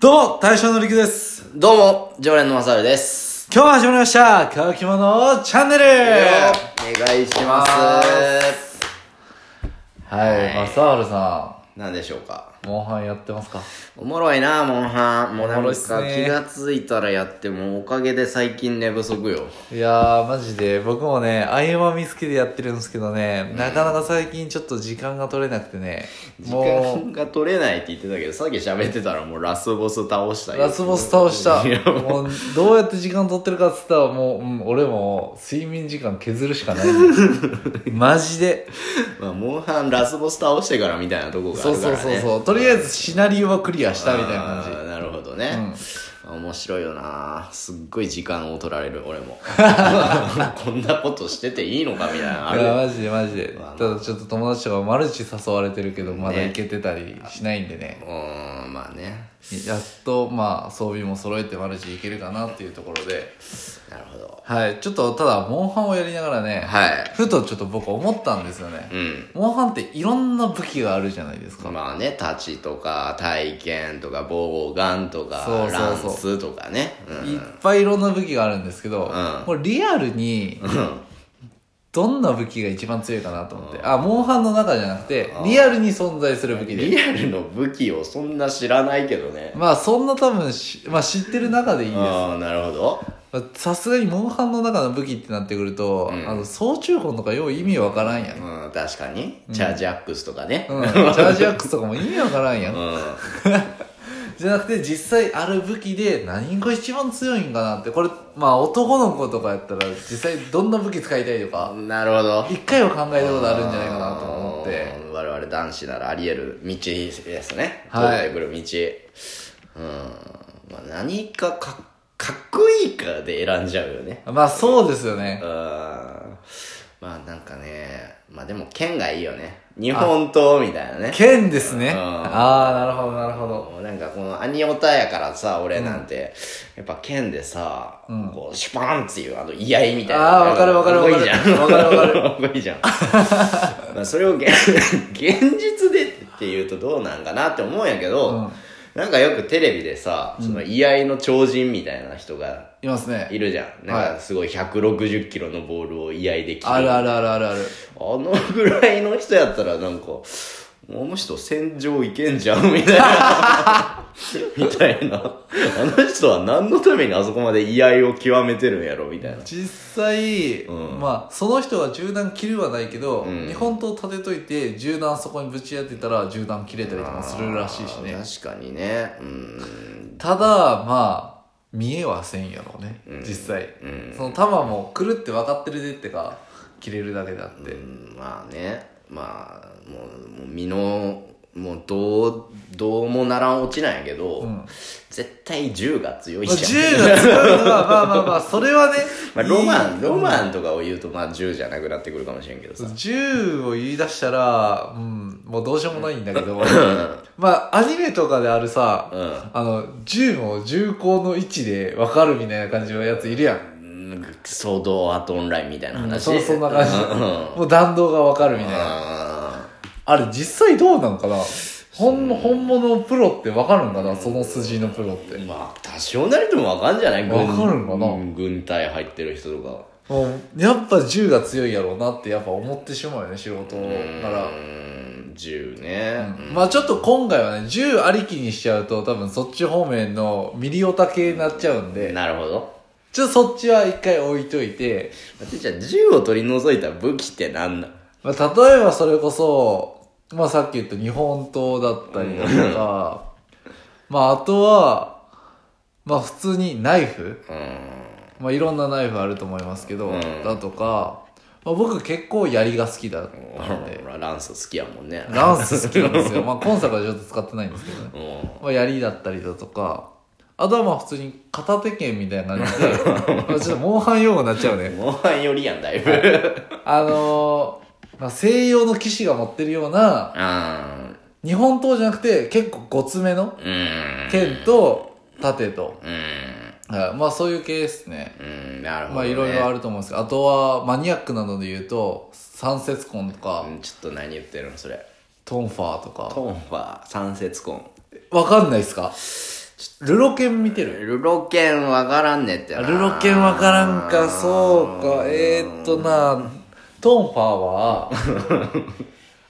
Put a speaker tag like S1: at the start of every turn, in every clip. S1: どうも、大将のりくです。
S2: どうも、常連のまさるです。
S1: 今日も始まりました、乾き物チャンネル
S2: お願いします。
S1: はい、
S2: はい
S1: 正春さ
S2: 何でしょうか。
S1: ん、モンハンやってますか
S2: おもろいな、モンハン。もうなん
S1: おもろい
S2: か
S1: っすね
S2: 気がついたらやって、もうおかげで最近寝不足よ。
S1: いやー、マジで、僕もね、合間見つけでやってるんですけどね、なかなか最近ちょっと時間が取れなくてね、
S2: 時
S1: も
S2: 間が取れないって言ってたけど、さっき喋ってたらもうラスボス倒した
S1: う、
S2: よ
S1: ラスボス倒した。
S2: いや
S1: もう、どうやって時間取ってるかっつったら、もう、うん、俺も、睡眠時間削るしかない。 マジで。
S2: まあ、モンハンラスボス倒してからみたいなとこがあ
S1: そう
S2: るか
S1: そ
S2: ら
S1: う
S2: ね。
S1: そうそう。とりあえずシナリオはクリアしたみたいな感じ。
S2: あーなるほどね、面白いよなすっごい時間を取られる俺もこんなことしてていいのかみたいなのあ
S1: い
S2: る
S1: や
S2: よ
S1: マジでマジで、
S2: まあまあ
S1: ただちょっと友達とかマルチ誘われてるけどまだ行けてたりしないんでね
S2: うーんまあね
S1: やっとまあ装備も揃えてマルチ行けるかなっていうところで
S2: なるほど
S1: はいちょっとただモンハンをやりながらね、
S2: はい
S1: ふとちょっと僕思ったんですよね、
S2: うん
S1: モンハンっていろんな武器があるじゃないですか、
S2: まあね立ちとか体験とか防眼とか
S1: そうそうそう
S2: ランスとかねうん
S1: いっぱいいろんな武器があるんですけど、
S2: ん
S1: これリアルにどんな武器が一番強いかなと思って、あモンハンの中じゃなくてリアルに存在する武器で
S2: リアルの武器をそんな知らないけどね
S1: まあそんな多分し、まあ、知ってる中でいいです
S2: ああなるほど
S1: まあさすがにモンハンの中の武器ってなってくると、あの総中本とかよう意味わからんやん、うん
S2: うん確かにチャージアックスとかね
S1: チャージアックスとかも意味わからんやん、
S2: うん、
S1: じゃなくて実際ある武器で何が一番強いんかなってこれまあ男の子とかやったら実際どんな武器使いたいとか
S2: なるほど
S1: 一回は考えたことあるんじゃないかなと思って
S2: うん我々男子ならあり得る道ですね、
S1: はい
S2: 通ってくる道うん、まあ、何かかかっこいいかで選んじゃうよね
S1: まあそうですよね
S2: うんまあなんかねまあでも剣がいいよね日本刀みたいなね
S1: 剣ですね
S2: うん
S1: ああなるほどなるほど
S2: もうなんかこのアニオタやからさ俺なんて、やっぱ剣でさ、こうシュパーンっていうあの居合みたいな
S1: あーわかるわかるわかる
S2: っこいいじゃん
S1: わかるわか
S2: る かっこい いじゃんまあそれを現 現実でっていうとどうなんかなって思うんやけど、なんかよくテレビでさその居合の超人みたいな人が
S1: いますね
S2: いるじゃんなん
S1: は
S2: かすごい160キロのボールを居合で切る
S1: あるあるあるあるある
S2: あのぐらいの人やったらなんか、あの人戦場行けんじゃんみたいな。 みたいな。あの人は何のためにあそこまで居合を極めてるんやろみたいな。
S1: 実際、
S2: うん
S1: まあその人は銃弾切るはないけど、
S2: うん
S1: 日本刀立てといて銃弾そこにぶち当てたら銃弾切れたりとかするらしいしね
S2: 確かにね。うん。
S1: ただまあ見えはせんやろうね、実際、
S2: うん
S1: その弾も来るって分かってるでってか切れるだけであって、
S2: うんまあね。まあ、もう、もう身の、もうどう、どうもならん落ちなんやけど、絶対銃が強い
S1: まあ、
S2: じゃん。
S1: 銃が強いのはまあまあまあそれはね、
S2: まあ、ロマ
S1: い
S2: ン、ロマンとかを言うと、まあ銃じゃなくなってくるかもしれんけどさ。
S1: い銃を言い出したら、うん、もうどうしようもないんだけど、 まあ、アニメとかであるさ、
S2: うん。
S1: あの、銃も銃口の位置で分かるみたいな感じのやついるやん。
S2: なんかソードアートオンラインみたいな話、
S1: そそんな感じ
S2: うんうん。
S1: もう弾道が分かるみたいな。あれ実際どうなんかなほん本物のプロって分かるんかなその筋のプロって。
S2: まあ多少なりともわかんじゃない軍
S1: わかるんかな
S2: うん軍隊入ってる人とか
S1: もう、やっぱ銃が強いやろうなってやっぱ思ってしまうよね、仕事か
S2: う
S1: ら。
S2: ーん銃ね、
S1: まあちょっと今回はね、銃ありきにしちゃうと多分そっち方面のミリオタ系になっちゃうんで、
S2: なるほど
S1: ちょっとそっちは一回置いといて、
S2: 待ってじゃあ銃を取り除いた武器って何なん
S1: まあ、例えばそれこそ、まあ、さっき言った日本刀だったりだとか、まあ、あとは、まあ、普通にナイフ、まあ、いろんなナイフあると思いますけど、
S2: うん
S1: だとか、まあ、僕結構槍が好きだったんで、
S2: 俺ランス好きやもんね
S1: ランス好きなんですよ。まあ、今作はちょっと使ってないんですけどね。
S2: うん
S1: まあ、槍だったりだとか、あとはまあ普通に片手剣みたいな感じ で、まあちょっとモンハン用語になっちゃうね。
S2: モンハンよりやんだいぶ
S1: あのーまあ、西洋の騎士が持ってるような、
S2: あ
S1: 日本刀じゃなくて結構ごつめの
S2: ーうん
S1: 剣と盾と、
S2: うん
S1: はいまあそういう系ですね
S2: うんなるほど、ね、
S1: まあいろいろあると思うんですけどあとはマニアックなので言うと三節痕とか、
S2: うんちょっと何言ってるのそれ
S1: トンファーとか
S2: トンファー三節婚
S1: わかんないですかルロケン見てる
S2: ルロケンわからんねって
S1: あ
S2: な
S1: ルロケンわからんか、そうか、えー、っとな、トンファー は、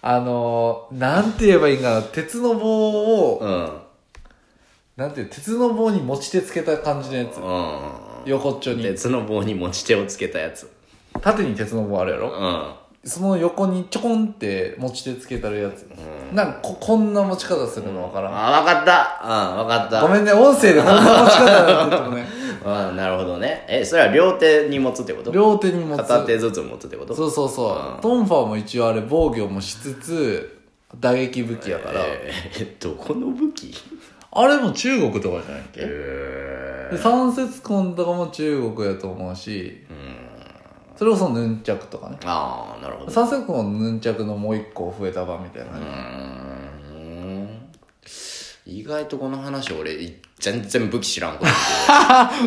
S1: あの、なんて言えばいいんかな、鉄の棒を、
S2: うん
S1: なんていう、鉄の棒に持ち手つけた感じのやつ。
S2: う
S1: 横っちょ
S2: ん
S1: に。
S2: 鉄の棒に持ち手をつけたやつ
S1: 縦に鉄の棒あるやろ、
S2: うん
S1: その横にちょこんって持ち手つけたるやつ。なんかこ、こんな持ち方するのわからん。
S2: あわかったうんわかった
S1: ごめんね、音声でこんな持ち方だって言ってもね。
S2: うんなるほどねえそれは両手に持つってこと
S1: 両手に持つ。
S2: 片手ずつ持つってこと
S1: そうそうそう、トンファーも一応あれ防御もしつつ打撃武器やから、
S2: えー、どこの武器
S1: あれも中国とかじゃないっけ、
S2: え
S1: で三節棍とかも中国やと思うし、それこそヌンチャクとかね
S2: ああなるほど
S1: 三節棍はヌンチャクのもう一個増えた版みたいなね、
S2: うーん意外とこの話俺い全然武器知らんこと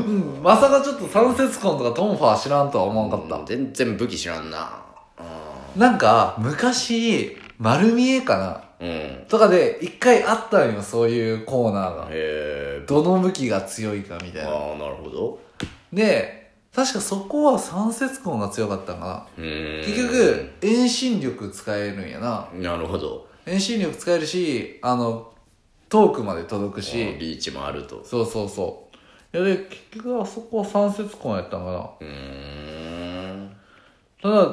S1: うん まさかちょっと三節棍とかトンファー知らんとは思わんかった、
S2: 全然武器知らんな
S1: なんか昔丸見えかな
S2: うんへ
S1: とかで一回あったんよそういうコーナーが
S2: え
S1: どの武器が強いかみたいな
S2: ああなるほど
S1: で、確かそこは三節根が強かったのかな。
S2: うーん
S1: 結局、遠心力使えるんやな。
S2: なるほど
S1: 遠心力使えるし、あの、遠くまで届くし、
S2: リーチもあると
S1: そうそうそう。いやで、結局あそこは三節根やったのか
S2: うーん
S1: な。ただ、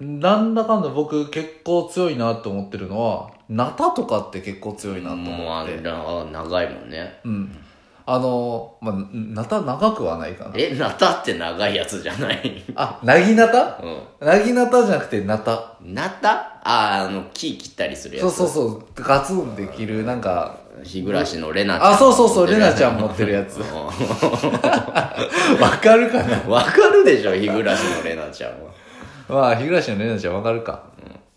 S1: なんだかんだ僕結構強いなと思ってるのは、ナタとかって結構強いなと
S2: もう
S1: 思
S2: あ
S1: っ
S2: れ
S1: て。
S2: な長いもんね
S1: うん。あの、まあ、ナタ長くはないかな。
S2: えナタって長いやつじゃない
S1: あ、なぎナタ
S2: う
S1: なぎナタじゃなくてナタ。
S2: んナタあーあの木切ったりするや
S1: そう
S2: つ
S1: そうそうガツンできるなんか
S2: 日暮らしのレナちゃん
S1: あそうそうそうレナちゃ
S2: ん
S1: ん持ってるや つわかるかな
S2: わかるでしょ日暮らしのレナちゃんは
S1: まあ日暮らしのレナちゃんわかるか、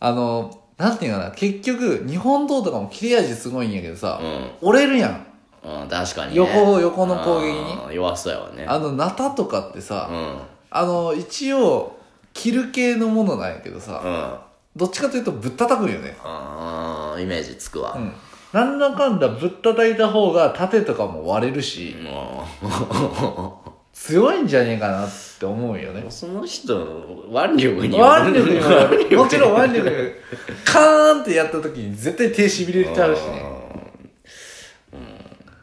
S1: あのなんていうかな結局日本刀とかも切れ味すごいんやけどさ、折れるやん
S2: うん確かにね
S1: 横横の攻撃に
S2: に弱そうやわね
S1: あのナタとかってさ、
S2: うん
S1: あの一応切る系のものなんやけどさ、
S2: うん
S1: どっちかというとぶったたくんよね
S2: あーイメージつくわ、
S1: うんなんだかんだぶったたいた方が縦とかも割れるし
S2: も
S1: 強いんじゃねえかなって思うよね
S2: うその人の腕力
S1: 腕
S2: に
S1: 力にも よ
S2: 腕力
S1: るもちろん腕力にもよるカーンってやった時に絶対手しびれちゃうしね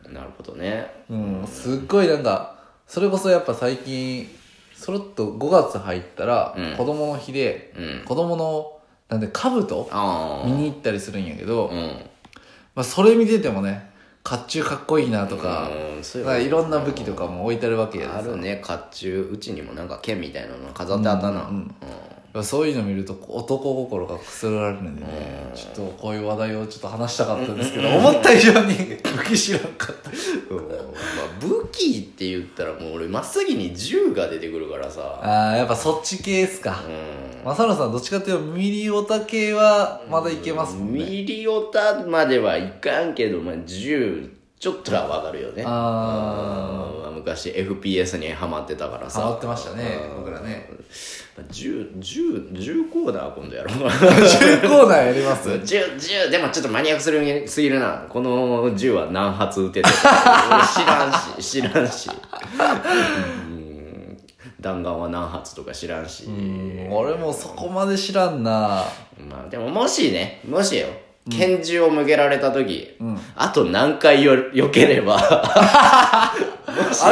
S2: うんなるほどね
S1: うんすっごいなんかそれこそやっぱ最近そろっと5月入ったら
S2: うん
S1: 子供の日で
S2: うん
S1: 子供のなんで兜
S2: あ
S1: 見に行ったりするんやけど、
S2: あうん
S1: まあ、それ見ててもね甲冑かっこいいなとか,、
S2: うんそうい
S1: いう
S2: こと
S1: いろんな武器とかも置いてあるわけや
S2: あ
S1: で
S2: るね甲冑うちにもなんか剣みたいなの飾ってあった
S1: う
S2: な
S1: んさそういうの見ると男心がくすぐられるんでねちょっとこういう話題をちょっと話したかったんですけど思った以上に武器知らんかった
S2: うんまあ、武器って言ったらもう俺真っ先に銃が出てくるからさ
S1: ああ、やっぱそっち系っすか
S2: う。ん
S1: マサノさん、どっちかっていうとミリオタ系はまだいけますもんね。
S2: ミリオタまではいかんけど、まあ、銃ちょっとはわかるよね
S1: あ
S2: うん昔 FPS にハマってたからさ
S1: ハマってましたね
S2: うん
S1: 僕らね
S2: 銃銃銃コーナー今度やろう
S1: 中コーナーやります
S2: 銃銃でもちょっとマニアックするすぎるなこの銃は何発撃てて俺知らんし 知らんしうん弾丸は何発とか知らんし
S1: うん、俺もそこまで知らんな
S2: まあでももしねもしよ拳銃を向けられた時、
S1: ん
S2: あと何回よ避ければ
S1: あ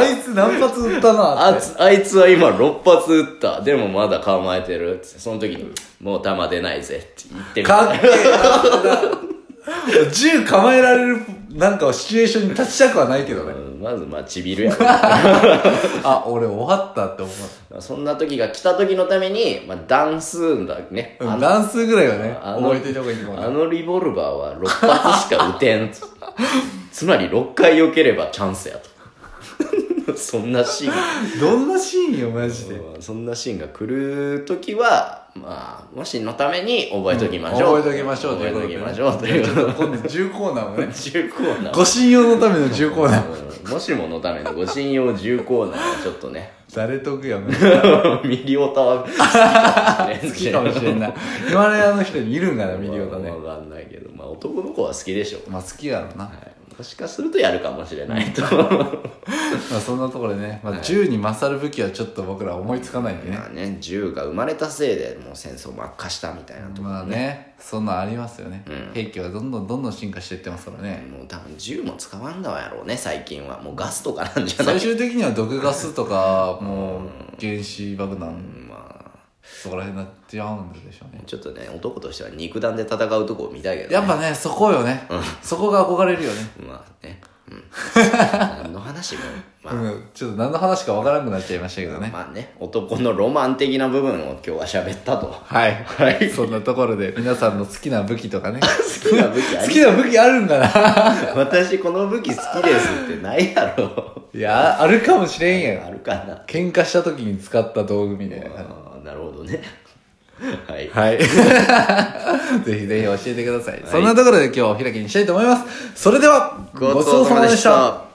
S1: いつ何発撃ったな
S2: あつあいつは今6発撃ったでもまだ構えてるつってその時に「もう弾出ないぜ」って言ってみた
S1: かっけえな銃構えられる、なんかシチュエーションに立ちたくはないけど
S2: う
S1: ね。
S2: んまずまあちびるやろ
S1: あ、俺終わったって思う。
S2: そんな時が来た時のために、まあ、段数だね。
S1: うん
S2: あの
S1: 乱数ぐらいはね、
S2: あの
S1: 覚えておいた方がいいと思う
S2: あ
S1: ね。
S2: のリボルバーは6発しか撃てん。 つまり6回避ければチャンスやと。 そんなシー
S1: どんなシーンよ、マジで。
S2: ン、そんなシーンが来る時は、まあ、もしのために覚えときましょう。
S1: 覚えときましょうということで
S2: 覚えと
S1: ね。
S2: きましょうという
S1: ち
S2: こ
S1: ょっと今度重コーナーをね
S2: とで。。重 コーナー
S1: 護身用のための重コーナー。
S2: うんもしものためのご信用重コーナーはちょっとね、
S1: 誰とくやめ
S2: ミリオタは
S1: 好きかもしれん ない。ヒマラヤの人にいるんかな、ミリオタね。
S2: わかんないけど、まあ男の子は好きでしょ。
S1: まあ好きやろな。
S2: はいもしかするとやるかもしれない と。
S1: まあそんなところでね、ま
S2: は
S1: あ、
S2: い
S1: 銃に勝る武器はちょっと僕ら思いつかないんでね
S2: まあね、銃が生まれたせいでもう戦争も悪化したみたいなとこ
S1: まあねそんなんありますよね、
S2: うん
S1: 兵器はどんどんどんどん進化していってますからね、
S2: もう多分銃も使わんだわやろうね、最近は。もうガスとかなんじゃない
S1: 最終的には毒ガスとかもう原子爆弾
S2: ま
S1: そこら辺になっちゃうんでしょうね
S2: あ、ちょっとね、男としては肉弾で戦うとこを見たいけど、ね。
S1: やっぱねそこよね、そこが憧れるよね、
S2: まあね。 うん。何の話も、まあ、
S1: うん、ちょっと何の話かわからなくなっちゃいましたけどね
S2: まあね、男のロマン的な部分を今日は喋ったと。好
S1: はい、
S2: はい
S1: そんなところで皆さんの好きな武器とかね
S2: きな武器あ
S1: 好
S2: り
S1: きな武器あるんかな
S2: 私この武器好きですってないやろ。
S1: いやあるかもしれんやん
S2: あるかな。
S1: 喧嘩した時に使った道具みたいな感じ
S2: あーなるほどね。はい。
S1: はい。 ぜひぜひ教えてください。そんなところで今日はお開きにしたいと思います。それでは、ごちそうさまでした。